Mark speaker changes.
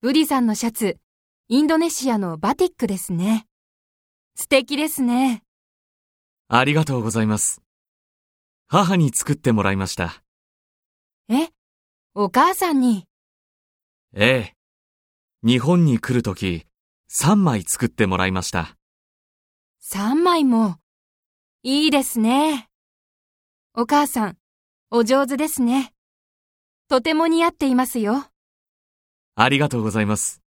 Speaker 1: ブリさんのシャツ、インドネシアのバティックですね。素敵ですね。
Speaker 2: ありがとうございます。母に作ってもらいました。
Speaker 1: えお母さんに。
Speaker 2: ええ。日本に来るとき、3枚作ってもらいました。
Speaker 1: 3枚も。いいですね。お母さん、お上手ですね。とても似合っていますよ。
Speaker 2: ありがとうございます。